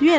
越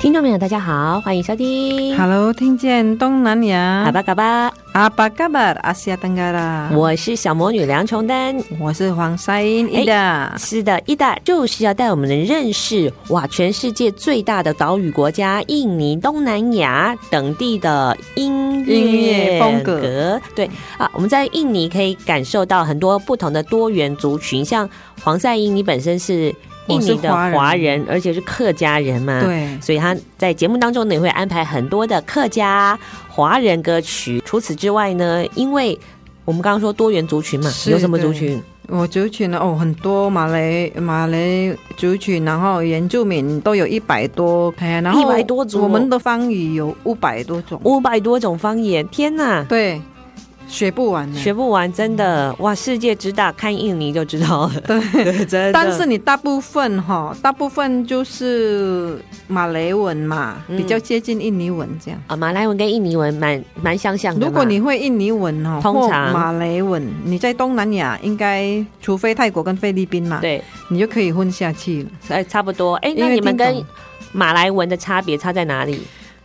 听众朋友，大家好，欢迎收听。 Hello，听见东南嘎亚，巴嘎巴，阿巴嘎巴，阿西亚登嘎啦，我是小魔女梁琼丹。我是黄赛英伊的，是的，伊达就是要带我们认识哇，全世界最大的岛屿国家印尼东南亚等地的音乐音乐风格格。对啊，我们在印尼可以感受到很多不同的多元族群，像黄赛英，你本身是印我尼是的华人华人，而且是客家人嘛。。对，所以他在节目当中呢，也会安排很多的客家、华人歌曲。除此之外呢，因为我们刚刚说多元族群嘛，是有什么族群？我族群呢，哦，很多马来马来族群，然后原住民都有一百多，哎，然后100多族哦我们的方语有五百多种，五百多种方言，天呐，对，学不完呢。学不完，真的哇！世界之大，看印尼就知道了。对， 真的。但是你大部分哈，大部分就是马来文嘛，嗯比较接近印尼文这样。啊，马来文跟印尼文蛮蛮相像的嘛。如果你会印尼文哦，通或常马来文，你在东南亚应该，除非泰国跟菲律宾嘛，对，你就可以混下去了。哎，差不多。哎，那因为你听们跟懂马来文的差别差在哪里？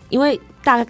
因为大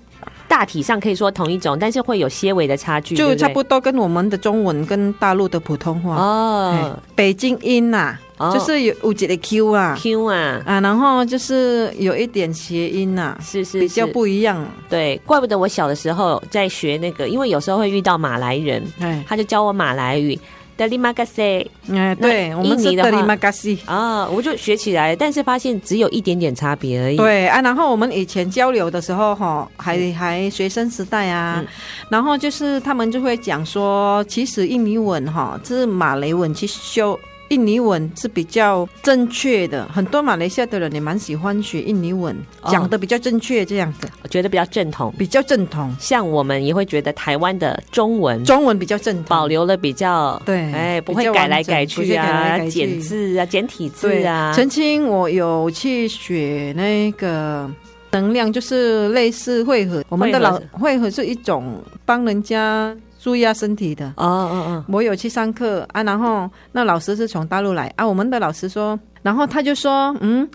大体上可以说同一种，但是会有些微的差距，就对对差不多跟我们的中文跟大陆的普通话，哦哎，北京音呐、哦就是有有几个 Q 啊 Q 啊，啊，然后就是有一点谐音呐、是是比较是不一样。对，怪不得我小的时候在学那个，因为有时候会遇到马来人，哎他就教我马来语。德里玛嘎塞哎，对，那我们印是尼的德里话马嘎西。啊，我就学起来了，但是发现只有一点点差别而已。，对啊，然后我们以前交流的时候哈，还、还学生时代啊，嗯然后就是他们就会讲说，其实印尼文哈是马来文去修。印尼文是比较正确的，很多马来西亚的人也蛮喜欢学印尼文，哦讲的比较正确，这样子我觉得比较正统。比较正统，像我们也会觉得台湾的中文中文比较正统，保留了比较对哎，不比会较改来完整改不去会改啊来，改去简字啊，简体字对啊，曾经我有去学那个能量，就是类似汇合，我们的老汇汇合是一种帮人家舒压身体的。哦哦哦，我有去上课啊，然后那老师是从大陆来啊，我们的老师说，然后他就说，嗯，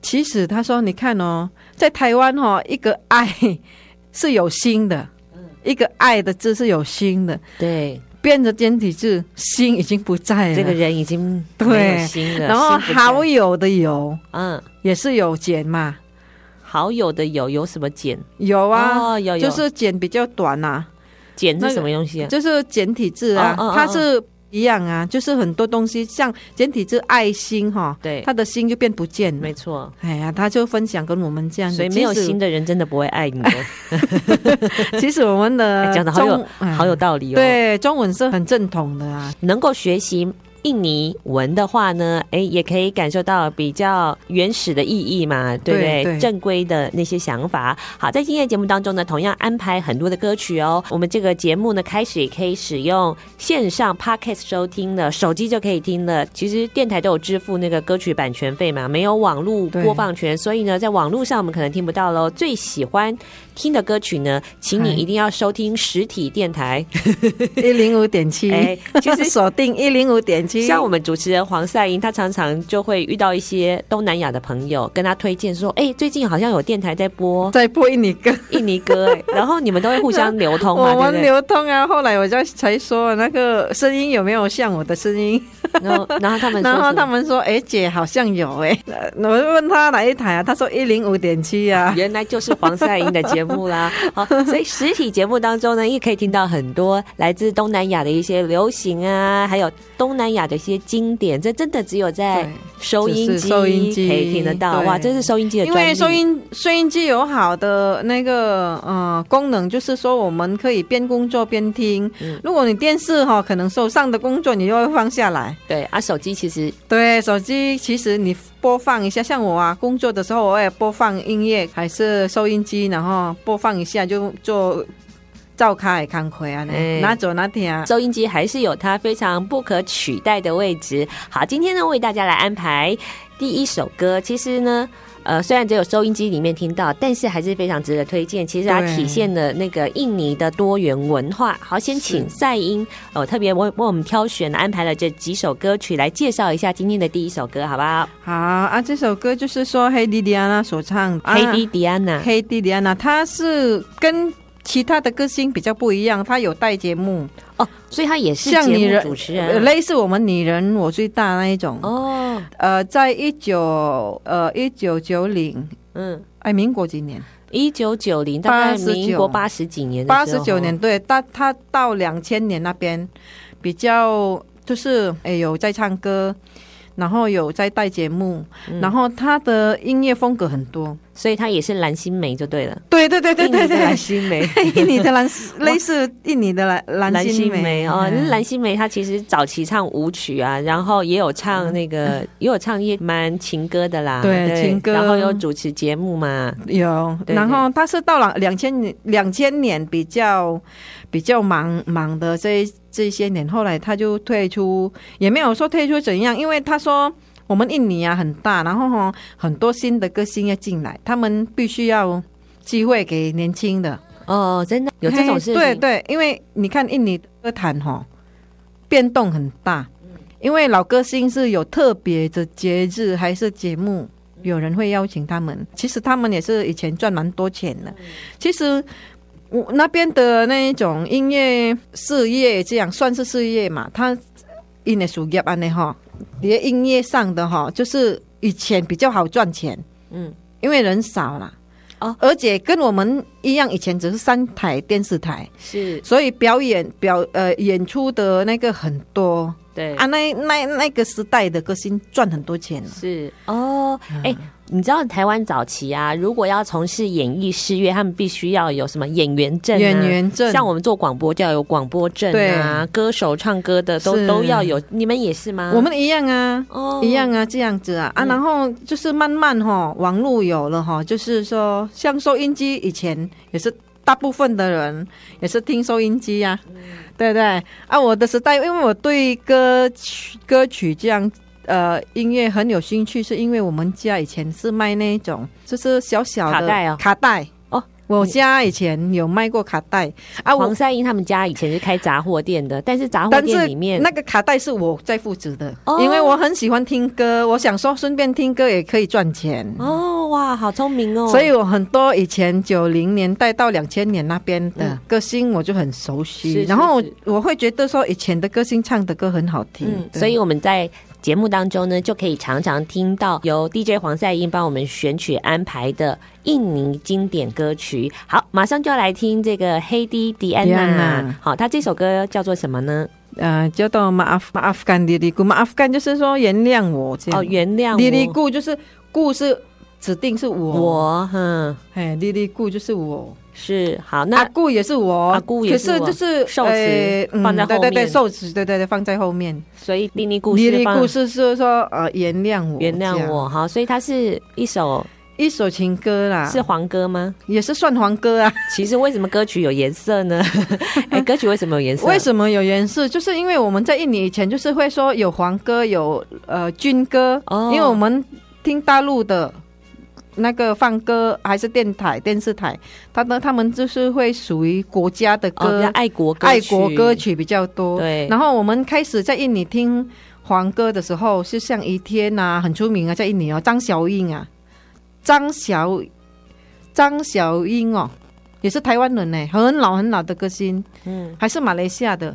其实他说，你看哦，在台湾哦，一个爱是有心的，嗯一个爱的字是有心的，对，变着简体字，心已经不在了。这个人已经没有对心了，然后心不在好友的友嗯，也是有减嘛，好友的友有什么简？有啊，哦有有就是简比较短呐、简那是个什么东西啊？就是简体字啊，哦哦哦它是一样啊，就是很多东西像简体字爱心哈，对他的心就变不见了没。错，哎呀，他就分享跟我们这样子，所以没有嗯其实心。的人真的不会爱 你哦。其实我们的 哎讲得好有中哎好有道理哦。，对中文是很正统的 啊，能够学习印尼文的话呢，哎，也可以感受到比较原始的意义嘛，对不对？对对正规的那些想法。好，在今天的节目当中呢，同样安排很多的歌曲哦。我们这个节目呢，开始也可以使用线上 podcast 收听了，手机就可以听了。其实电台都有支付那个歌曲版权费嘛，没有网络对播放权，所以呢，在网络上我们可能听不到喽。最喜欢听的歌曲呢，请你哎一定要收听实体电台。一零五点七哎，其实锁定一零五点七，像我们主持人黄赛英，她常常就会遇到一些东南亚的朋友，跟她推荐说：“哎、最近好像有电台在播在播印尼歌，印尼歌、哎，然后你们都会互相流通 我嘛，对不们对？流通啊。后来我就才说那个声音有没有像我的声音？然后然后他们说然后他们们说：“哎、姐好像有哎、 呃我就问他哪一台啊？他说一零五点七 啊。原来就是黄赛英的节目啦。好，所以实体节目当中呢，也可以听到很多来自东南亚的一些流行啊，还有东南亚的一些经典，这真的只有在对收音只机是收音机可以听得到。对哇，这是收音机的因专利，为收音收音机有好的那个呃功能，就是说我们可以边工作边听。嗯如果你电视哈、可能手上的工作你就会放下来。对啊，手机其实对，手机其实你播放一下，像我啊，工作的时候我也播放音乐，还是收音机，然后播放一下就做照开看开啊，哎拿走拿听啊。收音机还是有它非常不可取代的位置。好，今天呢为大家来安排第一首歌，其实呢。呃，虽然只有收音机里面听到，但是还是非常值得推荐。其实它对体现了那个印尼的多元文化。好，先请赛英呃特别为为我们挑选安排了这几首歌曲来介绍一下今天的第一首歌，好不好？好啊，这首歌就是说黑迪迪安娜所唱，黑迪迪安娜啊、，黑迪迪安娜，她是跟其他的歌星比较不一样，她有带节目，哦，所以她也是像你节目人主持呃人类似我们女人我最大那一种。哦，呃，在一九呃一九九零，嗯，哎，民国几年？一九九零，大概89民国八十几年的八时十候，九年，对，但他到两千年那边比较就是哎有在唱歌，然后有在带节目，嗯然后他的音乐风格很多。所以她也是蓝心湄就对了。对对对对对印尼的对蓝，心湄。 印尼的蓝类似印尼的蓝蓝心心湄湄哦，嗯蓝心湄她其实早期唱舞曲啊，然后也有唱那 个，也有唱一些蛮情歌的啦，嗯对情歌然后有主持节目嘛，有，对然后他是到了两千年两千年比较比较忙忙的这一这些年，后来他就退出，也没有说退出怎样，因为他说我们印尼啊很大，然后哈很多新的歌星要进来，他们必须要机会给年轻的，哦，真的有这种事情，嘿对对，因为你看印尼的歌坛哈变动很大，嗯因为老歌星是有特别的节日还是节目，有人会邀请他们。其实他们也是以前赚蛮多钱的。嗯其实我那边的那一种音乐事业，这样算是事业嘛？他因为事业安尼哈，连音乐上的哈，就是以前比较好赚钱，嗯，因为人少啦。哦而且跟我们一样，以前只是三台电视台，是，所以表演表呃演出的那个很多对啊，那那那个时代的歌星赚很多钱啊了是哦，嗯哎、你知道台湾早期啊，如果要从事演艺事业，他们必须要有什么演员证、啊、演员证像我们做广播就要有广播证啊，歌手唱歌的都是都要有，你们也是吗？我们一样啊。哦嗯一样啊，这样子啊啊，然后就是慢慢哈、网络有了哈、就是说像收音机以前也是大部分的人也是听收音机嗯呀、对不对啊，我的时代，因为我对歌曲歌曲这样呃音乐很有兴趣，是因为我们家以前是卖那一种就是小小的卡带哦卡带哦。我家以前有卖过卡带啊，我黄赛英他们家以前是开杂货店的，但是啊杂货但是店里面那个卡带是我在负责的，哦因为我很喜欢听歌，我想说顺便听歌也可以赚钱。哦哇，好聪明哦！所以我很多以前九零年代到两千年那边的嗯歌星我就很熟悉，是是然后我是我会觉得说以前的歌星唱的歌很好听，嗯，对所以我们在节目当中呢，就可以常常听到由 DJ 黄赛英帮我们选取安排的印尼经典歌曲。好，马上就要来听这个黑迪迪安娜 Diana。好，她这首歌叫做什么呢？呃叫做 maaf maafkan diriku maafkan 就是说原谅我这样，哦，原谅 d i r i 我， k 就是故是指定是我，我嗯哎 d i r i k 就是我。是好，阿那顾也是我，阿顾也是我可是就是寿司呃嗯放在后面对对对，寿司，对对对，放在后面。所以莉莉故你事的放故事是说呃，原谅我，原这谅样，我，好，所以它是一首一首情歌啦，是黄歌吗？也是算黄歌啊。其实为什么歌曲有颜色呢？ 哎，歌曲为什么有颜色？为什么有颜色？就是因为我们在印尼以前就是会说有黄歌，有呃军歌，哦因为我们听大陆的。那个放歌还是电台、电视台，他呢，他们就是会属于国家的哦，比歌，较爱国歌爱国歌曲比较多。对然后我们开始在印尼听黄歌的时候，是像一天啊，很出名啊，在印尼哦，张小英啊，张小张小英哦，也是台湾人呢，很老很老的歌星，嗯还是马来西亚的。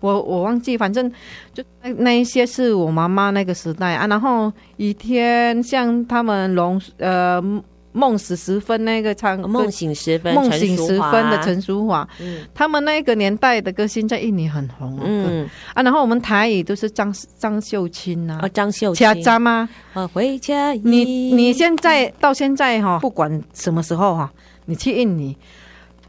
我我忘记，反正就那那一些是我妈妈那个时代啊。然后雨天像他们龙呃梦死时分那个唱哦梦醒时分，梦陈醒淑时华分的陈淑华，嗯他们那个年代的歌星在印尼很红、哦、嗯嗯，啊。然后我们台语都是张张秀清啊呐、哦，张秀掐清，扎吗？啊，回家一，你你现在到现在哈、不管什么时候哈、你去印尼，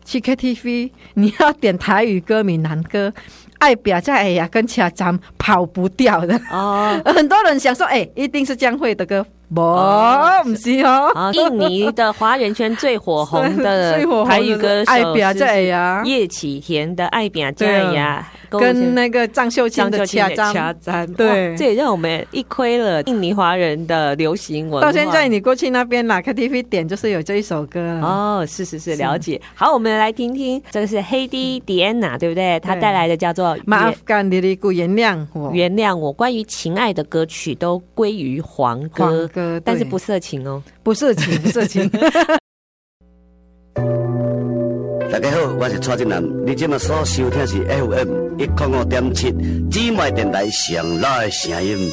去 KTV，你要点台语歌、闽南歌，爱表在哎呀跟其他咱跑不掉的。 哦。很多人想说，哎、一定是江蕙的歌，不，哦不是哦， 啊，印尼的华人圈最火红的最火红台语歌 手爱表是在哎呀，叶启田的《爱啊表家对啊呀》，跟那个张秀清张的秀掐清张，掐簪，对哦哇这也让我们一窥了印尼华人的流行文化。到现在你过去那边啦 KTV 点就是有这一首歌了。哦，是是是，了解。好，我们来听听，这个是黑迪迪安娜，对不对？她对带来的叫做《马原干迪里古原谅我，原谅我》，关于情爱的歌曲都归于黄黄歌，歌，但是对不色情哦。不色情，不色 情。大家好，我是蔡振南。你今麦所收听是 FM 一零五点七姊妹电台上老的声音。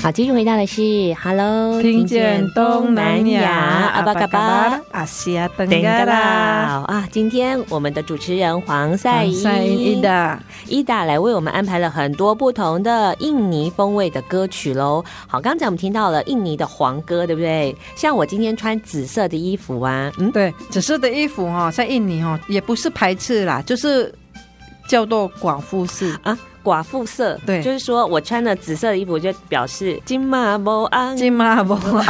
好，继续回到的是 Hello，听见东南亚，阿巴嘎巴。，阿西亚登等嘎个啦，啦啊！今天我们的主持人黄赛黄怡，赛伊的，伊达来为我们安排了很多不同的印尼风味的歌曲喽。好，刚才我们听到了印尼的黄歌，对不对？像我今天穿紫色的衣服啊，嗯，对，紫色的衣服哦，在印尼哦，也不是排斥啦，就是叫做寡妇式。啊，寡妇色，对就是说我穿了紫色的衣服，就表示金马波安。金马波 啊，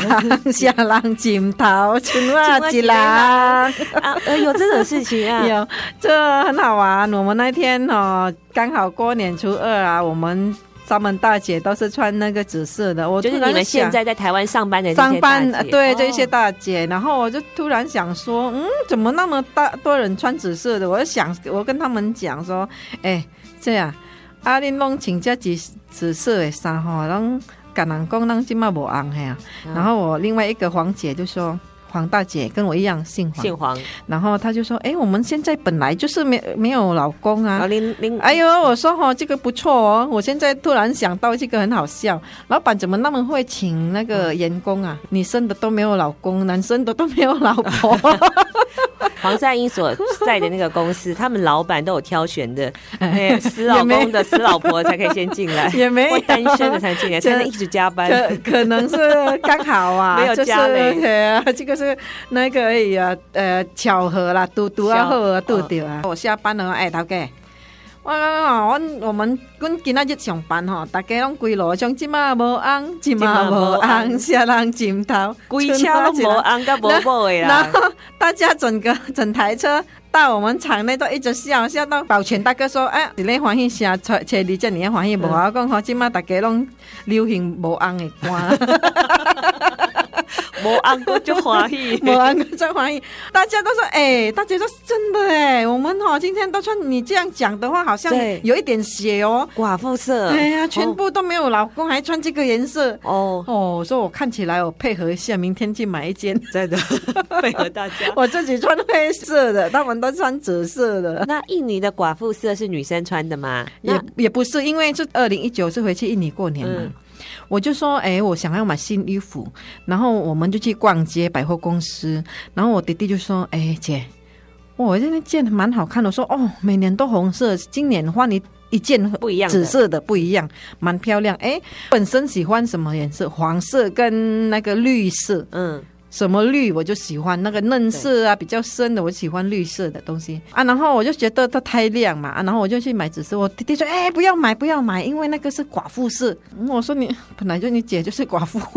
下浪金桃，青蛙吉啦，啊，呃，有这种事情 啊，有这很好玩。我们那天哦，刚好过年初二啊，我们三门大姐都是穿那个紫色的，我就是突然你们现想在在台湾上班的这些上班大呃姐对这一些哦大姐，然后我就突然想说，嗯，怎么那么大多人穿紫色的？我就想，我跟他们讲说，哎，这样，啊，恁拢请假紫紫色的衫吼，拢甲人讲咱即嘛无红嘿啊。嗯然后我另外一个黄姐就说。黄大姐跟我一样姓黄，姓黄，然后她就说：“哎，我们现在本来就是没没有老公啊，然后哦林林哎呦，我说哈、这个不错哦，我现在突然想到这个很好笑，老板怎么那么会请那个员工啊？女生的都没有老公，男生的都没有老婆，黄赛英所在的那个公司，他们老板都有挑选 的，哎，死老公的、死老婆才可以先进来，也没或有单身的才 进来，才能一直加班。可可能是刚好 啊，没有就是家嘞哎呀，这个是那个而已啊，呃，巧合啦，嘟嘟啊，巧好啊，嘟嗯嘟啊。我下班了，哎，头家，我我我我们阮今仔日上班吼，大家拢归路，像即马无翁，即马无 这嘛无翁，翁下人枕头，规车无 安个无某的啦然，后大家整个 整台车到我们场内都一直笑，笑到保全大哥说：“哎，你咧欢喜啥？车车里这你咧欢喜无？嗯我讲好，即马大家拢流行无红 的歌，无安个就 欢喜。无红歌真欢喜。大家都说，哎、大家都是真的哎、我们哈、今天都穿你这样讲的话，好像对嗯有一点血哦。寡妇色，哎呀，全部都没有老公，还穿这个颜色。”哦，哦，我说我看起来，我配合一下，明天去买一件。真的 配合大 家。我自己穿黑色的，他们都穿紫色的。那印尼的寡妇色是女生穿的吗？也那也不是，因为是二零一九是回去印尼过年嘛，嗯我就说，哎，我想要买新衣服，然后我们就去逛街百货公司，然后我弟弟就说，哎姐，我这件蛮好看的，我说哦，每年都红色，今年换一一件不一样的紫色的不一样，蛮漂亮。哎，本身喜欢什么颜色？黄色跟那个绿色，嗯，什么绿我就喜欢那个嫩色啊，比较深的我喜欢绿色的东西啊。然后我就觉得它太亮嘛，啊、然后我就去买紫色。我弟弟说：“哎、不要买，不要买，因为那个是寡妇色。嗯我说你：“本来就你姐就是寡妇。”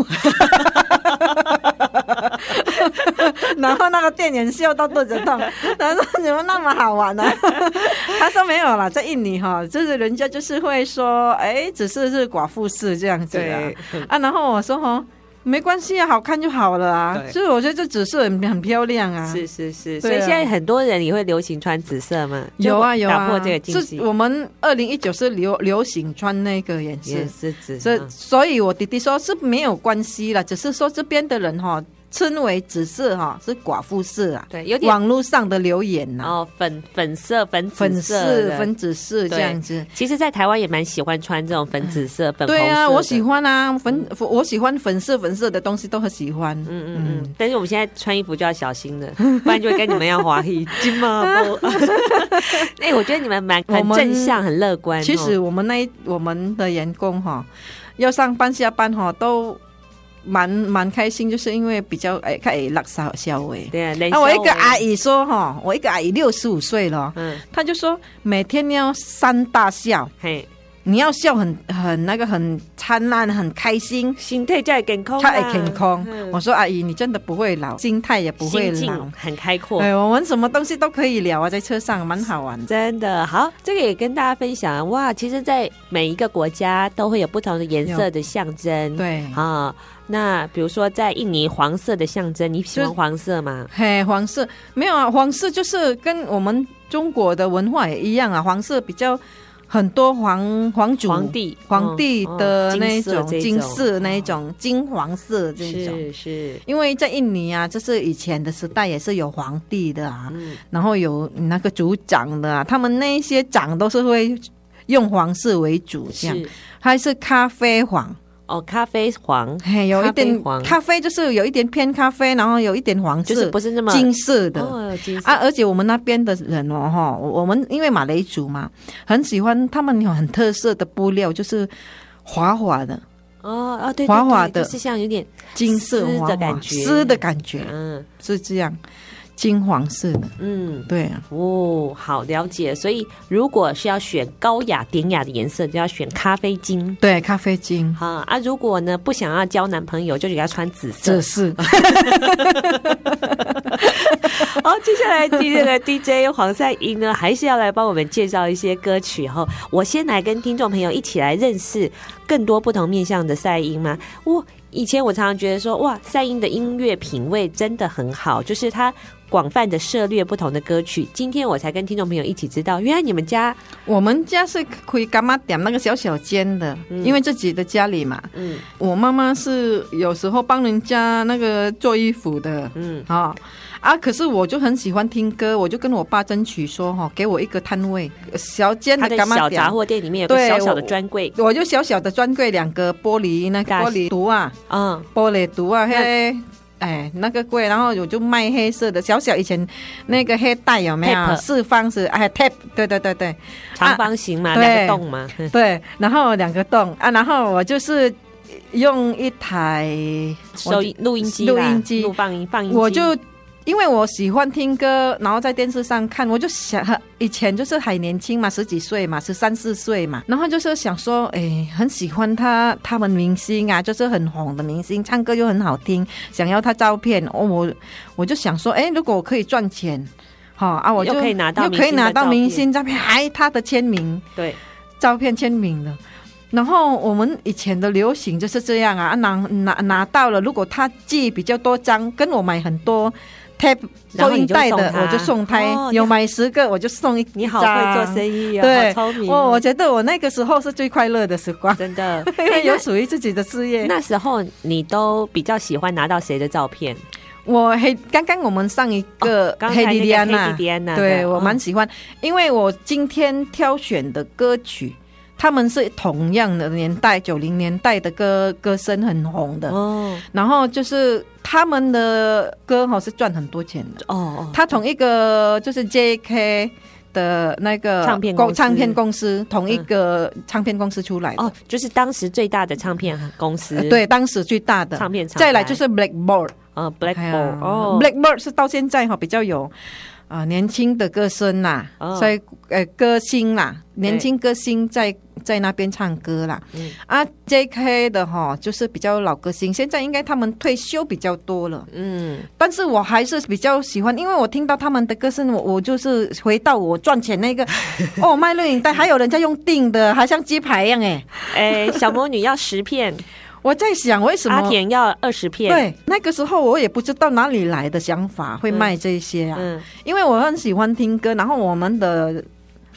然后那个店员笑到肚子痛，他说：“怎么那么好玩呢、 他说：“没有啦，在印尼哈，就是人嗯家就是会说，哎，只是是寡妇式这样子啊。”啊，然后我说：“哦，没关系啊，好看就好了啊。对所以我觉得这紫色很很漂亮啊。是是是，所对啊以现在很多人也会流行穿紫色嘛，有啊就有啊，打破这个禁忌是，我们二零一九是流流行穿那个颜色也，是紫嗯所以色，所以我弟弟说是没有关系了，只是说这边的人哈、称为紫色哈、是寡妇色啊，对，有点网络上的留言呐、然后粉粉色、粉紫粉色色的粉紫色这样子。其实，在台湾也蛮喜欢穿这种粉紫色、粉红色。对啊，我喜。欢啊，粉粉我喜欢粉色粉色的东西都很喜欢。嗯嗯嗯，但是我们现在穿衣服就要小心了，不然就会跟你们一样滑稽。金 马波，哎，我觉得你们蛮很我们正向、很乐观哦。其实我们那一我们的员工哈、要上班下班哈、都蛮蛮开心，就是因为比较哎，看哎垃圾消诶。对啊，那、啊、我一个阿爱，姨说哈、我一个阿姨六十五岁了，嗯，她就说每天要三大笑，嘿，你要笑很很那个很灿烂，很开心。心态在健康啊，她也健康，嗯我说阿姨，你真的不会老，心态也不会心老哎境。很开阔。对，我们什么东西都可以聊啊，在车上蛮好玩的。真的好，这个也跟大家分享哇！其实，在每一个国家都会有不同的颜色的象征，对，啊。那比如说，在印尼，黄色的象征，你喜欢就黄色吗？嘿，黄色没有啊，黄色就是跟我们中国的文化也一样啊，黄色比较很多皇皇族、皇帝，皇帝嗯的嗯那一金色种这金色那一嗯种金黄色这一种。是是，因为在印尼啊，就是以前的时代也是有皇帝的啊，嗯，然后有那个族长的啊，他们那一些长都是会用黄色为主，这样是还是咖啡黄，哦，咖啡 黄嘿，有一咖啡点黄咖啡就是有一点偏咖啡，然后有一点黄色，就是不是那么金色的。哦，金色啊，而且我们那边的人哦，哈，我我们因为马雷族嘛，很喜欢他们有很特色的布料，就是滑滑的哦哦，对，对滑滑对的就是像有点金色丝滑的滑感觉丝的感觉嗯是这样，金黄色的，嗯。对啊，哦，好了解。所以，如果是要选高雅典雅的颜色，就要选咖啡金。对，咖啡金，好啊，如果呢不想要交男朋友，就给他穿紫色这。是好，接下来第这个 DJ 黄赛英呢，还是要来帮我们介绍一些歌曲哈。我先来跟听众朋友一起来认识更多不同面向的赛英吗？我以前我常常觉得说，哇，赛英的音乐品味真的很好，就是他。广泛的涉猎不同的歌曲，今天我才跟听众朋友一起知道，原来你们家，我们家是可以干嘛点那个小小间的，嗯因为自己的家里嘛，嗯我妈妈是有时候帮人家那个做衣服的，嗯，啊、啊！可是我就很喜欢听歌，我就跟我爸争取说哈、给我一个摊位，小间他的的干妈小店杂。货店里面有个对小小的我专柜，我就小小的专柜两个玻璃那个大玻璃橱啊，嗯，玻璃橱啊，嘿，哎那个柜，然后我就卖黑色的，小小以前那个黑带有没有 Tape 四方是哎 tape，对对对对长方形嘛，对两、个洞嘛， 哼对，然后两个洞啊，然后我就是用一台我收音录音机啦，录音机录放音放音机，我就因为我喜欢听歌，然后在电视上看，我就想以前就是还年轻嘛，十几岁嘛，十三四岁嘛，然后就是想说，哎，很喜欢他他们明星啊，就是很红的明星，唱歌又很好听，想要他照片，哦，我我就想说，哎，如果我可以赚钱，好、啊，我就又可以拿到又可以拿到明明星星照片，还他的签名，对，照片签名的。然后我们以前的流行就是这样啊，啊拿拿拿到了，如果他寄比较多张，跟我买很多 tape 然后收你音就带的送，他我就送他，哦有买十个我就送一你好会做生意。意哦，对好聪明哦，我觉得我那个时候是最快乐的时光， 真 的。因哎为那有属于自己的事业。那时候你都比较喜欢拿到谁的照片？我黑刚刚我们上一个哦刚才黑那个莉莉安啊黑娜莉莉安娜，的对我嗯蛮喜欢，因为我今天挑选的歌曲，他们是同样的年代，九零年代的歌歌声很红的，哦然后就是他们的歌哈是赚很多钱的，哦哦，他同一个就是 J.K. 的那个唱片公司嗯唱片公司同一个唱片公司出来的，哦，就是当时最大的唱片公司，呃， 对，当时最大的唱片厂牌再来就是 Blackboard。呃哎，Blackboard，呀哦 Blackbird 是到现在哈、比较有啊、呃年轻的歌声啦，哦所以呃歌星啦，对年轻歌星在在那边唱歌啦。嗯啊，J.K. 的哈、就是比较老歌星，现在应该他们退休比较多了。嗯，但是我还是比较喜欢，因为我听到他们的歌声，我我就是回到我赚钱那 个哦，卖录影带，还有人家用订的，还像鸡排一样哎。哎，小魔女要十片，我在想 为什么阿田要二十片，，对那个时候我也不知道哪里来的想法会卖这些啊，嗯，因为我很喜欢听歌，然后我们的。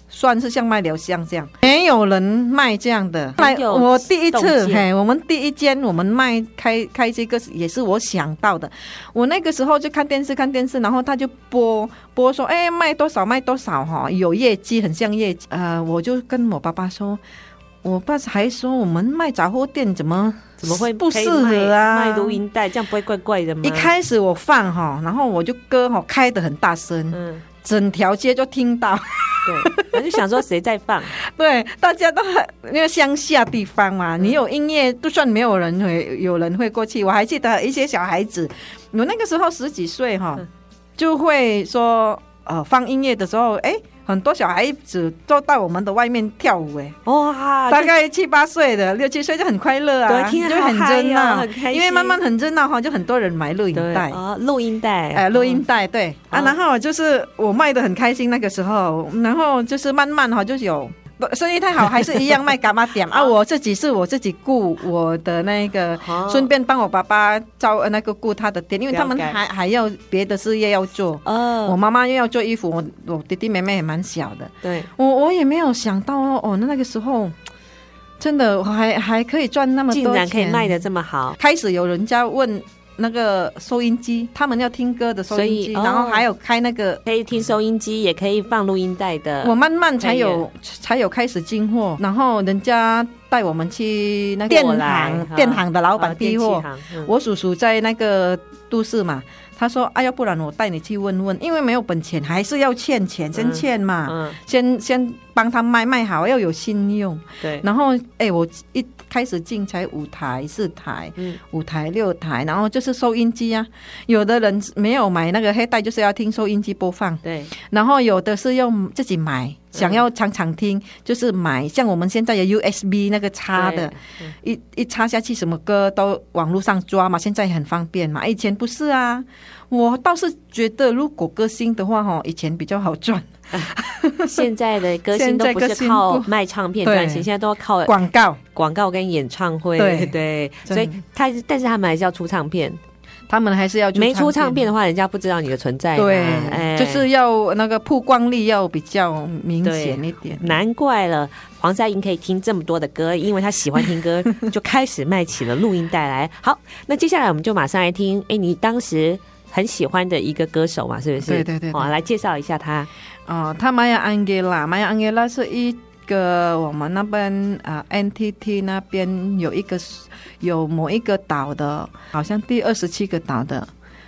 算是像卖疗香这样，没有人卖这样的。很来，有我第一次洞，见嘿，我们第一间我们卖开开这个也是我想到的。我那个时候就看电视看电视，然后他就播播说，哎，卖多少卖多少哈、有业绩，很像业绩。呃，我就跟我爸爸说，我爸还说我们卖杂货店怎么怎么会不可以适合啊？卖卖录音带这样不会怪怪的吗？一，开始我放哈，然后我就歌哈开的很大声，嗯，整条街就听到。对，我就想说谁在 放，对，大家都很因为乡下地方嗯嘛，你有音乐，就算没有人会有人会过去。我还记得一些小孩子，我那个时候十几岁哈嗯，就会说呃放音乐的时候，哎，很多小孩子都到我们的外面跳舞，哎，哇，大概七八岁的六七岁就很快乐啊，啊对就听着好很嗨热呀闹很开，因为心慢慢很热闹哈，就很多人买录影对带。啊，录音带，哎，录音带对啊，哦然后就是我卖的很开心那个时候，然后就是慢慢哈就有。不生意太好，还是一样卖伽马 点啊！我自己是我自己雇我的那个，哦顺便帮我爸爸招呃那个雇他的店，因为了他们解还还要别的事业要做。哦，我妈妈又要做衣服，我我弟弟妹妹也蛮小的，对，我我也没有想到哦，哦那那个时候真的我还还可以赚那么多钱，竟然可以卖的这么好，开始有人家问那个收音机，他们要听歌的收音机，所以哦然后还有开那个，可以听收音机，也可以放录音带的，我慢慢才哎有才有开始进货，然后人家带我们去那个过电来行，哈电行的老啊板电批器货。行嗯我叔叔在那个都市嘛，他说：“哎、啊，要不然我带你去问问，因为没有本钱，还是要欠钱，先嗯欠嘛，嗯，先先帮他卖卖好，要有信用。”对，然后，哎，我一开始进才五台、四台、嗯五台、六台，然后就是收音机啊。有的人没有买那个黑带，就是要听收音机播放；对，然后有的是用自己买，想要常常听，就是买。像我们现在有 USB 那个插的对，一一插下去，什么歌都网络上抓嘛，现在很方便嘛。以前不是啊，我倒是觉得如果歌星的话，哈，以前比较好赚现在的歌星现都在不歌是星靠不卖唱片赚对钱，现在都靠广告。广告跟演唱会，对对，真所的以他但是他们还是要出唱片，他们还是要没出唱片啊片的话，人家不知道你的存在嘛，对，哎就是要那个曝光力要比较明显一点。难怪了，黄赛英可以听这么多的歌，因为她喜欢 听歌，就开始卖起了录音带来。好，那接下来我们就马上来听，哎，你当时很喜欢的一个歌手嘛，是不是？对对对对哦，来介绍一下他。哦，他玛雅安吉拉，玛雅安吉拉是一个我们那边啊、呃 NTT 那边有一个有某一个岛的，好像第二十七个岛的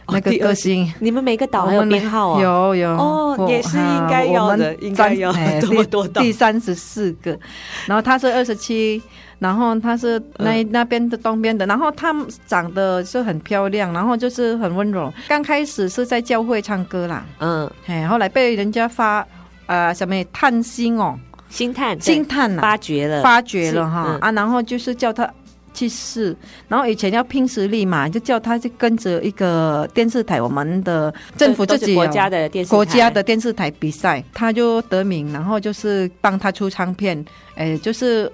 哦那个第歌星。你们每个岛还我有们编号哦。有有哦我也是啊应该要的我们应该要三 哎这么多岛第三十四个，然后他是二十七，然后他是那、嗯那边的东边的，然后他们长得是很漂亮，然后就是很温柔。刚开始是在教会唱歌啦，嗯，哎，后来被人家发呃什么探星哦，星探星探呐、发掘了，发掘了哈、嗯啊，然后就是叫他去试，然后以前要拼实力嘛，就叫他去跟着一个电视台，我们的政府都自己是啊有国家的电视台国家的电视台比赛，他就得名，然后就是帮他出唱片，哎，就是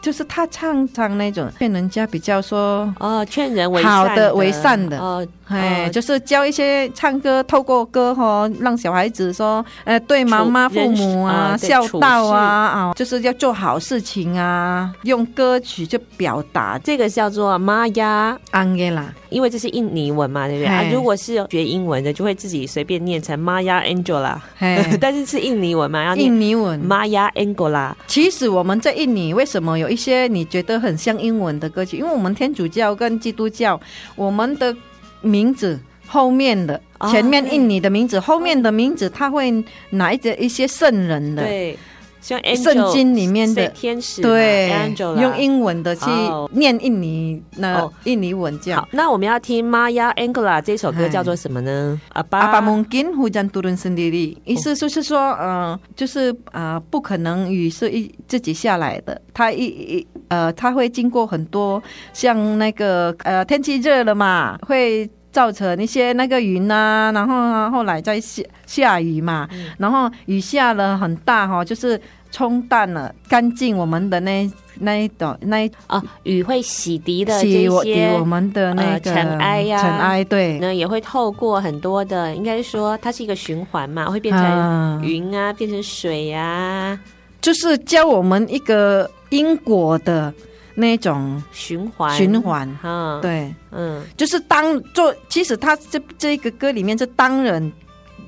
就是他唱唱那种，骗人家比较说。哦，劝人为好善的为善的哦，哎，哦就是教一些唱歌，透过歌哦，让小孩子说，呃，对妈妈、处人父母啊、啊对孝道啊啊，就是要做好事情啊，用歌曲就表达。这个叫做玛雅安耶拉，因为这是印尼文嘛，对不对？啊嘿，如果是学英文的，就会自己随便念成 Maya Angela， 嘿但是是印尼文嘛，要念哎印尼文。 Maya Angela。其实我们在印尼，为什么有一些你觉得很像英文的歌曲？因为我们天主教跟基督教，我们的名字后面的哦。前面对印尼的名字，后面的名字他会拿一些一些圣人的，对，像 Angel, 圣经里面的是天使嘛对 Angela 用。英文的去哦念印尼那、哦印尼文这样好，。那我们要听 Maya Angela 这首歌嘿叫做什么呢？阿巴哎啊阿爸 mungkin hujan turun sendiri，意哦思就是说，呃，就是呃，不可能雨是一自己下来的，它一一呃，它会经过很多像那个呃天气热了嘛，会造成一些那个云呐、然后啊后来再下下雨嘛，嗯然后雨下了很大哈、哦，就是冲淡了干净我们的那那一朵那一啊，雨会洗涤的这起我给些我们的那呃个尘埃呀尘埃对，那也会透过很多的，应该说它是一个循环嘛，会变啊成云啊，变成水啊，就是教我们一个因果的那种循环循环。啊，，对，嗯，就是当做，其实他这这个歌里面是当然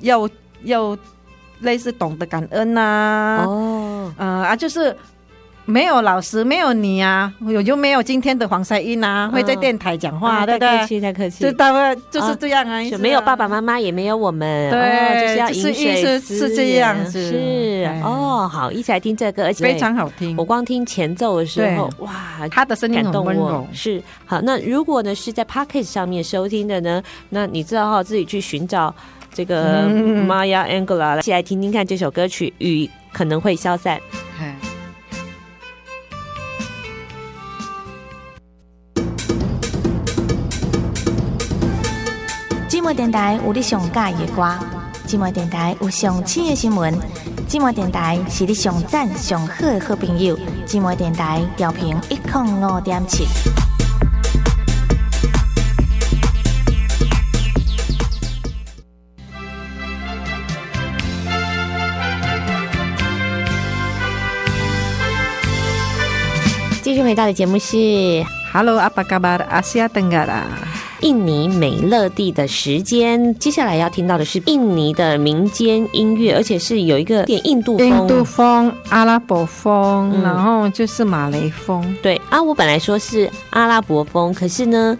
要要类似懂得感恩呐、哦，呃啊，就是没有老师，没有你啊，我就没有今天的黄赛英啊，嗯会在电台讲话，啊对不太客对？气，太客气就。大概就是啊这样啊，意思就啊没有爸爸妈妈，也没有我们，对哦、就是要就是饮水意思思是这源样子是哎哦，好，一起来听这个歌，而且非常好听我，光听前奏的时候，对哇，他的声音感很动温我柔。是好，那如果呢是在 p o c k e t 上面收听的呢，那你知道哈自己去寻找这个嗯 Maya Angela，一起来听听看这首歌曲《雨可能会消散》。哎寂寞电台有你上喜欢的歌，寂寞电台有上新的新闻，寂寞电台是你上赞上好的好朋友。寂寞电台调频一点五点七。继续回到的节目是 Halo, apa kabar Asia Tenggara？印尼美乐蒂的时间，接下来要听到的是印尼的民间音乐，而且是有一个点印度风。印度风、阿拉伯风，嗯然后就是马来风。对啊，我本来说是阿拉伯风，可是呢，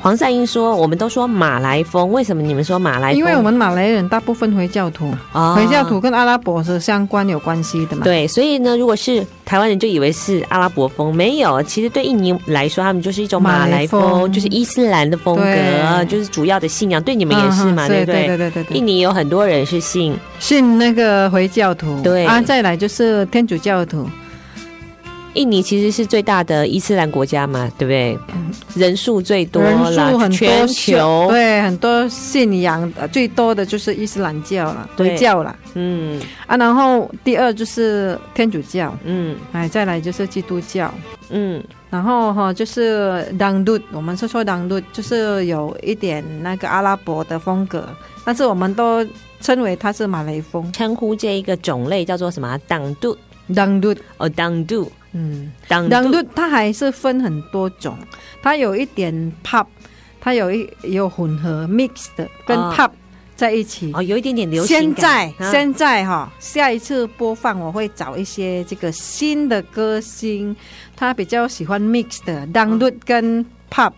黄善英说我们都说马来风，为什么你们说马来风？因为我们马来人大部分回教徒，哦回教徒跟阿拉伯是相关有关系的嘛。对，所以呢，如果是台湾人就以为是阿拉伯风，没有，其实对印尼来说，他们就是一种马来风，马来风就是伊斯兰的风格，对就是主要的信仰。对你们嗯，也是嘛，嗯对对不对对对对印对，尼有很多人是信信那个回教徒，对啊，再来就是天主教徒，印尼其实是最大的伊斯兰国家嘛，对不对？人数最多人啦数很多，全球，对很多信仰呃最多的就是伊斯兰教了，对回教了嗯啊，然后第二就是天主教，嗯哎，再来就是基督教，嗯，然后哈，就是当路，我们是说当路，就是有一点那个阿拉伯的风格，但是我们都称为它是马来风。称呼这一个种类叫做什么啊？党度当路，哦，党度，嗯，党当度路它还是分很多种，它有一点 pop，它有一有混合 mix 的跟哦 pop 在一起。哦，有一点点流行现感。在啊现在哈，下一次播放我会找一些这个新的歌星，他比较喜欢 mix 的当路跟 pop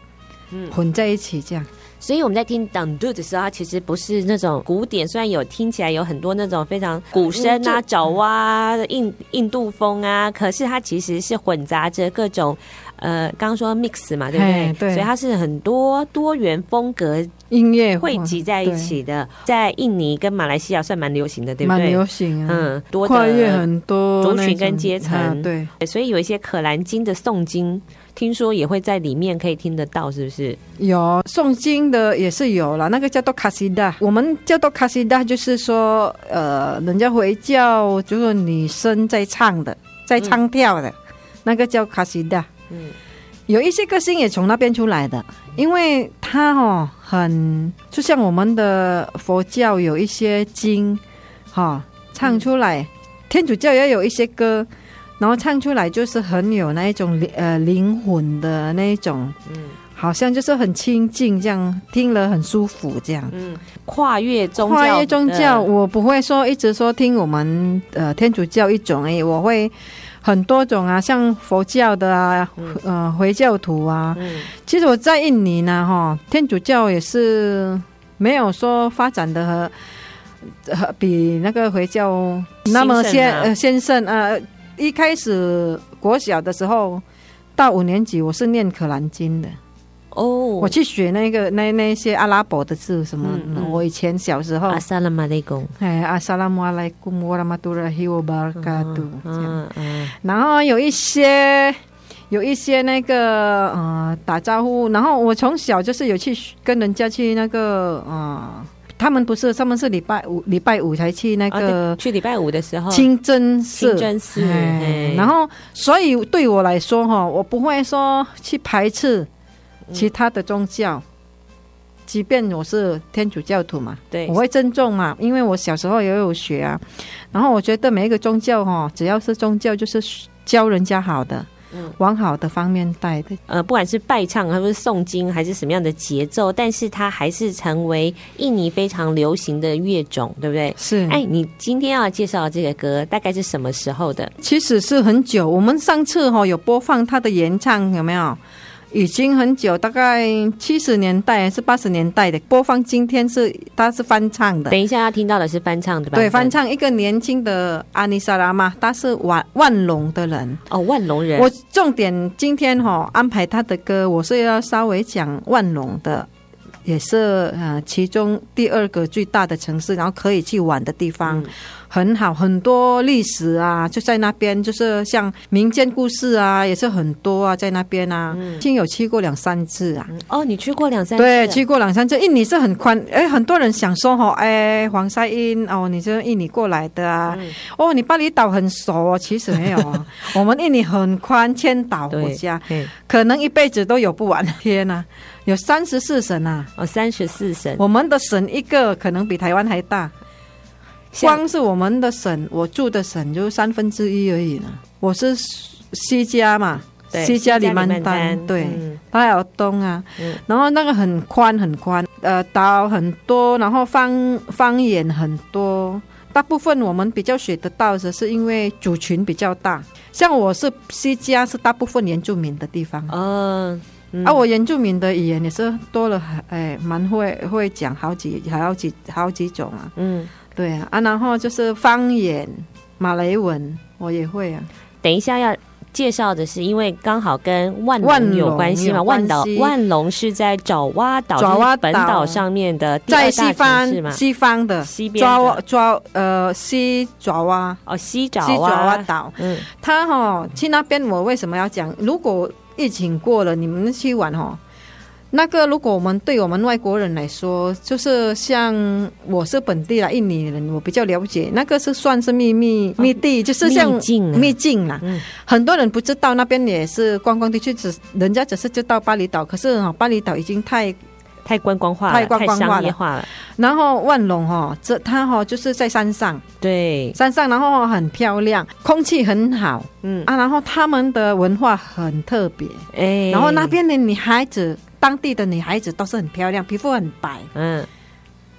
嗯混在一起这样。所以我们在听 d a n d u 的时候，它其实不是那种古典，虽然有听起来有很多那种非常古声啊、嗯爪哇啊、印印度风啊，可是它其实是混杂着各种，呃，刚刚说 mix 嘛，对不对嘿？对所以它是很多多元风格音乐汇会集在一，起的，在印尼跟马来西亚算蛮流行的，对对不蛮对流？行啊，嗯，多跨越的。很多族群那种跟阶层啊对，所以有一些可兰经的诵经，听说也会在里面可以听得到，是不是？有诵经的也是有了，那个叫做卡西达，我们叫做卡西达，就是说，呃，人家回教就是女生在唱的，在唱跳的，那个叫卡西达。嗯，有一些歌星也从那边出来的，因为他哦很，就像我们的佛教有一些经，哈、唱出来，天主教也有一些歌，然后唱出来就是很有那一种呃灵魂的那一种。好像就是很亲近，这样听了很舒服，这样。嗯，跨越宗教，跨越宗教，，我不会说一直说听我们呃天主教一种诶，我会很多种啊，像佛教的啊，呃回教徒啊。嗯。其实我在印尼呢，哈，天主教也是没有说发展的和和比那个回教那么兴盛先啊呃先盛呃，一开始国小的时候到五年级，我是念可兰经的。哦，我我去学那个那那些阿拉伯的字什么，嗯嗯我以前小时候阿，萨拉马雷公，哎，Assalamualaikum warahmatullahi wabarakatuh，、这样嗯嗯，然后有一些有一些那个呃打招呼，然后我从小就是有去跟人家去那个呃。他们不是，他们是礼拜五礼拜五才去那啊个对去礼拜五的时候，清真寺，清真寺哎哎然后，所以对我来说哈，我不会说去排斥其他的宗教，即便我是天主教徒嘛，对我会尊重嘛，因为我小时候也有学啊。然后我觉得每一个宗教哈，只要是宗教，就是教人家好的，往好的方面带的。呃，不管是拜唱还是诵经，还是什么样的节奏，但是它还是成为印尼非常流行的乐种，对不对？是，哎，你今天要介绍的这个歌大概是什么时候的？其实是很久，我们上次哈、有播放他的原唱，有没有？已经很久，大概七十年代还是八十年代的播放。今天是他是翻唱的，等一下要听到的是翻唱的吧？对，翻唱一个年轻的阿尼萨拉嘛，他是万万隆的人。哦，万隆人，我重点今天哈、安排他的歌，我是要稍微讲万隆的，也是呃其中第二个最大的城市，然后可以去玩的地方，很好，很多历史啊，就在那边，就是像民间故事啊，也是很多啊，在那边啊，亲、友去过两三次啊。哦，你去过两三次，对，去过两三次。印尼是很宽，哎，很多人想说哈，哎，黄赛英哦，你是印尼过来的啊，哦，你巴厘岛很熟哦，其实没有啊，我们印尼很宽，千岛国对家，对可能一辈子都游不完。天呐，有三十四省啊，哦，三十四省，我们的省一个可能比台湾还大，像光是我们的省，我住的省就三分之一而已呢。我是西加嘛，对西加里曼西加里曼丹对嗯，它有东啊，嗯然后那个很宽很宽，呃，岛很多，然后方方言很多。大部分我们比较学得到的是因为族群比较大，像我是西加是大部分原住民的地方，嗯、嗯啊，我原住民的语言也是多了，哎，蛮会会讲好几好几好几种啊。嗯，对啊，啊，然后就是方言，马来文我也会啊。等一下要。介绍的是，因为刚好跟万万隆隆有关系嘛，有关万岛系万隆是在爪哇岛，爪哇就是本岛岛上面的第在二西大方城市嘛，西方的西边爪哇的爪呃西爪哇哦，西爪西爪哇哇，岛，嗯，他哈、去那边，我为什么要讲？如果疫情过了，你们去玩哈、那个如果我们对我们外国人来说，就是像我是本地啦，印尼人，我比较了解，那个是算是秘密密地，就是像秘境啊秘境啦。嗯很多人不知道那边也是观光地区，只人家只是知道巴厘岛，可是哈、巴厘岛已经太太观光化了，太观光化了商业化了，然后万隆哈、这它哈、就是在山上，对，山上然后很漂亮，空气很好嗯，啊，然后他们的文化很特别，哎，然后那，边的女孩子，当地的女孩子都是很漂亮，皮肤很白，嗯，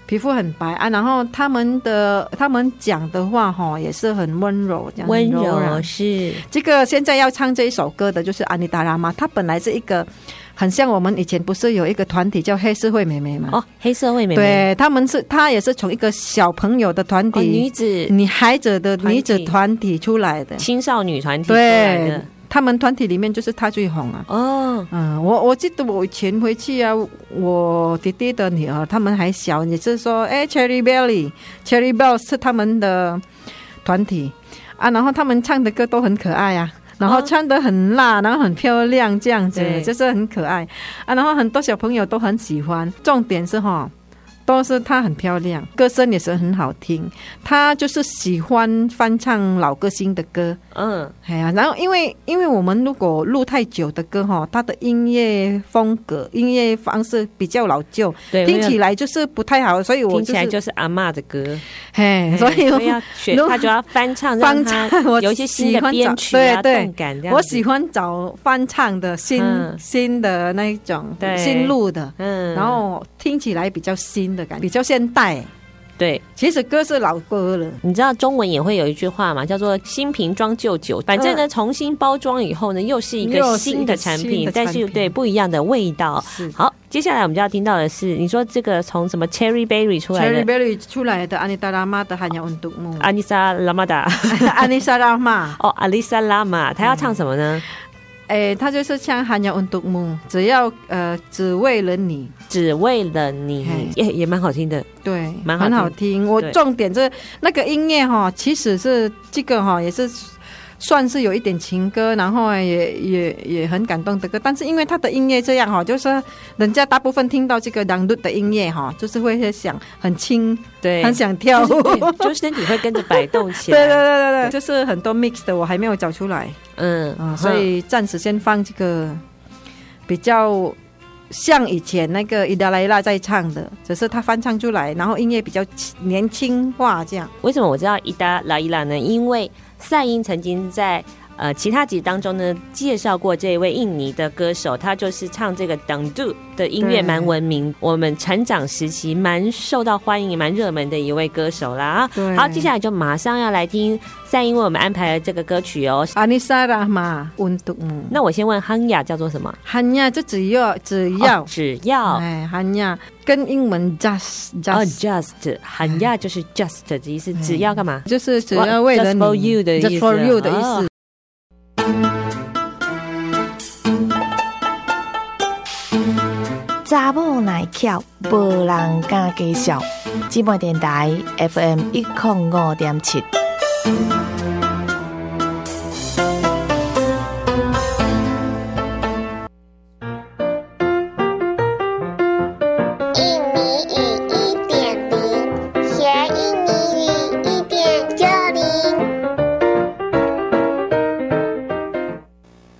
皮肤很白啊，然后他们的他们讲的话哈、也是很温柔，讲温柔柔软是，这个现在要唱这一首歌的就是安妮达拉嘛，她本来是一个很像我们以前不是有一个团体叫黑社会妹妹嘛，哦，黑社会美嗯眉，对他们是她也是从一个小朋友的团哦，体、女子女孩子的团体女子团体出来的，青少女团体出来对的，，他们团体里面就是她最红啊。哦，嗯，我我记得我以前回去啊，我弟弟的女儿他们还小，也是说，哎，Cherry Belly，Cherry Bell 是他们的团体啊，然后他们唱的歌都很可爱啊。然后哦穿的很辣，然后很漂亮，这样子对就是很可爱啊。然后很多小朋友都很喜欢，重点是哈，都是她很漂亮，歌声也是很好听。她就是喜欢翻唱老歌星的歌，嗯，哎呀，然后因为因为我们如果录太久的歌哈，它的音乐风格、音乐方式比较老旧，对，听没起有来就是不太好，所以我就听起来是就是阿嬷的歌，嘿，哎所以所以要选，如他就要翻唱，翻让唱它 我有一些新的编曲喜啊，欢找对对动感这样子，我喜欢找翻唱的新、嗯新的那一种对新录的，嗯，然后听起来比较新的感觉，比较现代。对，其实歌是老歌了，你知道中文也会有一句话嘛，叫做“新瓶装旧酒”。反正呢，重新包装以后呢，又是一个嗯又是一个新的产品新，的但产是品对不一样的味道。是哦好，接下来我们就要听到的是，你说这个从什么 Cherry Berry 出来 Cherry 的 Berry 出来的安妮达拉玛的《寒阳温度梦》 阿尼莎拉玛达，安妮莎拉玛。 哦，阿丽莎拉玛，她要唱什么呢？嗯诶，哎他就是像韩阳 untukmu，只要呃，只为了你，只为了你，也也蛮好听的。对，蛮好听很好听。我对重点是那个音乐哈，其实是这个哈，也是算是有一点情歌，然后也也也很感动的歌。但是因为他的音乐这样哈，就是人家大部分听到这个 d 嘟的音乐哈，就是会想很轻，对，很想跳舞。对就是身体会跟着摆动起对来。 对对对对，就是很多 mix 的，我还没有找出来嗯啊、所以暂时先放这个比较像以前那个伊达莱拉在唱的，只是他翻唱出来，然后音乐比较轻年轻化这样。为什么我知道伊达拉伊拉呢？因为赛因曾经在呃其他集当中呢介绍过这一位印尼的歌手，他就是唱这个 d 杜的音乐对蛮闻嗯名，我们成长时期蛮受到欢迎、蛮热门的一位歌手啦。对好，接下来就马上要来听赛因为我们安排了这个歌曲哦。 Anissa Rahma untukmu。那我先问亨雅叫做什么？ Hanya 就只要只要哦，只要。哎，Hanya 跟英文 just 哦 just、嗯，just 韩亚就是 just 的意思，只要干嘛？就是只要为了 Just 你 for you 的意思哦 just for you 的意啊哦思。查某耐翘，无人敢介绍。寂寞电台 FM 一零五点七。印尼语一点零，学印尼语一点就灵。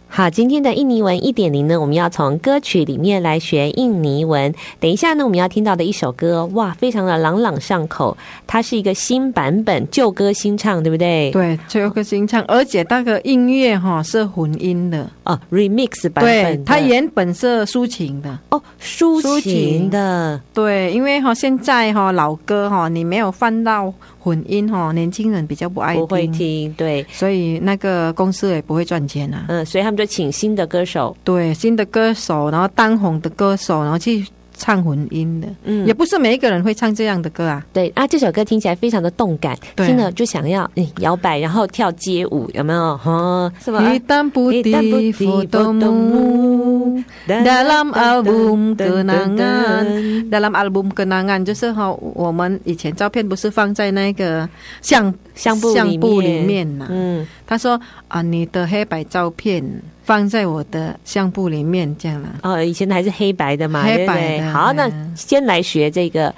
好，今天的印尼文一点零呢，我们要从歌曲里面来学印尼文。等一下呢，我们要听到的一首歌，哇，非常的朗朗上口，它是一个新版本，旧歌新唱，对不对？对，最后一个新唱，而且那个音乐哈、是混音的，哦，remix 版本对的，，它原本是抒情的，哦抒抒情情的，对，因为哈、现在哈、老歌哈、你没有放到混音哈、年轻人比较不爱不听，会听，对，所以那个公司也不会赚钱啊。嗯，所以他们就请新的歌手，对，新的歌手，然后当红的歌手，然后去唱混音的，嗯也，不是每一个人会唱这样的歌啊。对啊，这首歌听起来非常的动感，对听了就想要嗯摇摆，然后跳街舞，有没有？哈，什么？哎 Hitam putih fotomu dalam album kenangan。dalam album kenangan 就是哈、我们以前照片不是放在那个相相簿相簿里里面面呐、嗯，他说啊，你的黑白照片放在我的相簿里面这样啦、哦，以前还是黑白的嘛，黑白的对不对？好，嗯那先来学这个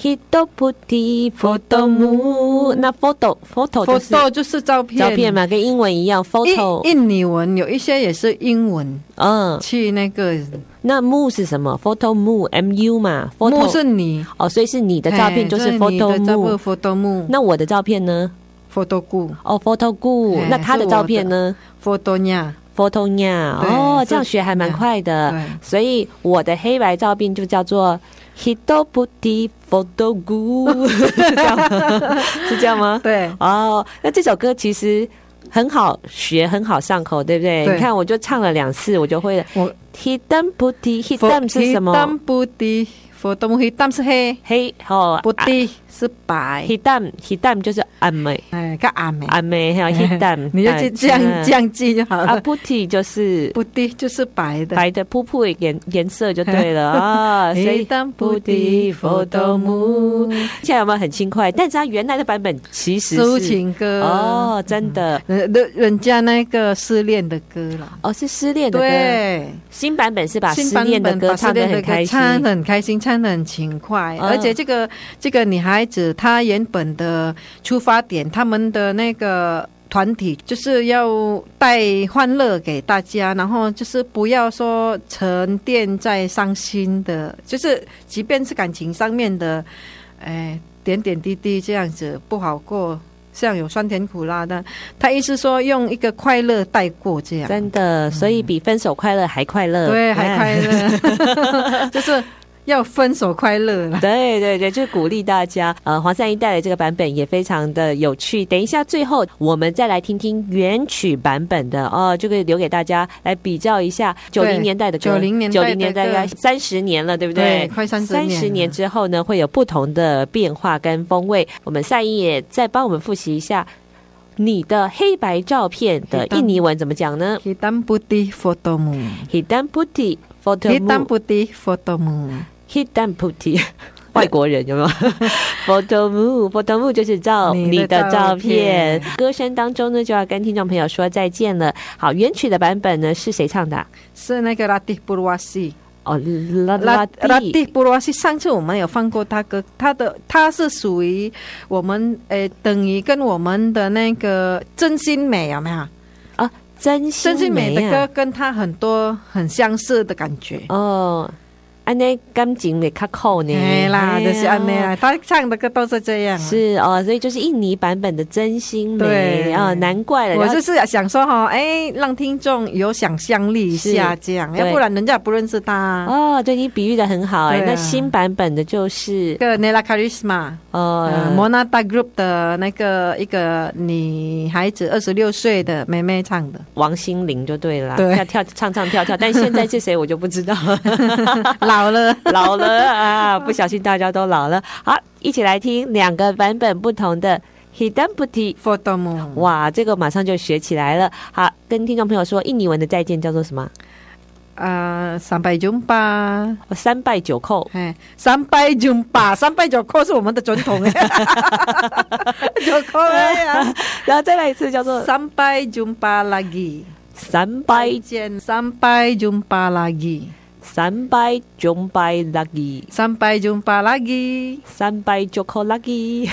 hito puti photo mu，那 photo photo 就是 photo 就是照片，照片。嘛，跟英文一样印，photo，印尼文有一些也是英文，嗯，去那个那 mu 是什么？photo mu，m u 嘛木，photo 是你哦，所以是你的照片就是嘿你 photo 的照片 mu， photo 木那我的照片呢？ photo 顾哦，photo gu，哎那他的照片呢 photo 呀， ？photo 呀，对哦，是这样学还蛮快的。对所以我的黑白照片就叫做 hito puti photo gu，是 这样 吗？是这样吗？对哦，那这首歌其实很好学，很好上口，对不对？对你看，我就唱了两次，我就会了。我 hitam puti hitam 是什么？ hitam putih photo 木 hitam 是黑，黑哦，啊 putih 是白， hitam hitam 就是暗美哎，个阿美，暗美，还有啊 hitam，你就记这样嗯这样记就好啊了。 ，puti 就是，putih 就是白的。白的瀑布颜颜色就 对了啊，所以 Hitam 不敌 putih 佛头 photo 目 mu，。现在有没有很轻快？但是它原来的版本其实是抒情歌嗯哦，真的人人人家那个失恋的歌了。哦，是失恋的歌。对，新版本是把新失版恋的本歌把失唱得恋的很开歌心，唱得很开心，唱得很勤快，嗯而且这个这个女孩子她原本的出发点，他们的那个。团体就是要带欢乐给大家，然后就是不要说沉淀在伤心的，就是即便是感情上面的，哎，点点滴滴这样子不好过，像有酸甜苦辣的。他意思说用一个快乐带过这样，真的，所以比分手快乐还快乐，对，还快哎。乐， 就是要分手快乐 啦。对对对，就鼓励大家。呃，黄善一带来这个版本也非常的有趣。等一下最后我们再来听听原曲版本的哦，就可以留给大家来比较一下九零年代的歌， 90年代九的歌零年代大概三十年了，对不对快30三年了十年之后呢，会有不同的变化跟风味。我们善一也再帮我们复习一下。你的黑白照片的印尼文怎么讲呢 Hitam putih fotomu, ？Hitam putih photo hitam mu putih fotomu, hitam putih 外国 人有没有？Photo Mu，Photo Mu 就是照你的你的照照片片。歌声当中呢，就要跟听众朋友说再见了。好，原曲的版本呢是谁唱的啊？是那个拉蒂布鲁瓦西。哦，拉拉拉拉蒂蒂布罗西，上次我们有放过他歌，他的他是属于我们诶，等于跟我们的那个真心美有没有？啊，真心真心美的歌啊跟他很多很相似的感觉。哦。安尼感情的卡扣呢？哎啦，就是安内啊啦，他唱的歌都是这样啊。是哦，所以就是印尼版本的真心美对啊、难怪了。我然后就是想说哈，哎，让听众有想象力一下，是这样，对要不然人家不认识他啊。哦，对你比喻的很好哎、对啊那新版本的就是一个 Nela Charisma，呃呃， ，Monata Group 的那个一个女孩子，二十六岁的妹妹唱 的，王心凌就对了，对跳跳唱唱跳跳，但现在是谁我就不知道， 老了。老了啊，不小心大家都老了。好，一起来听两个版本不同的 Hidan Puti。 f o t o m 哇，这个马上就学起来了。好，跟听众朋友说，印尼文的再见叫做什么？啊，sampai jumpa，哦三拜九叩。 哎，sampai jumpa，sampai joko 是我们的总 统啊，joko 呀然后再来一次叫做，sampai jumpa lagi，三再拜见，sampai jumpa lagi，sampai 三拜九拜 lucky。 jumpa lagi，三拜九叩 lucky，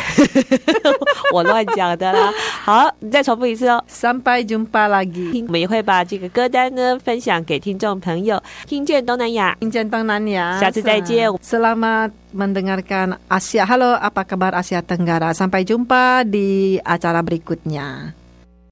我乱讲的啦。好，你再重复一次哦。 sampai jumpa lagi，听我们也会把这个歌单呢分享给听众朋友，听见东南亚。听见东南亚，下次再见 ya. Selamat mendengarkan Asia. Halo, apa kabar Asia Tenggara? Sampai jumpa di acara berikutnya.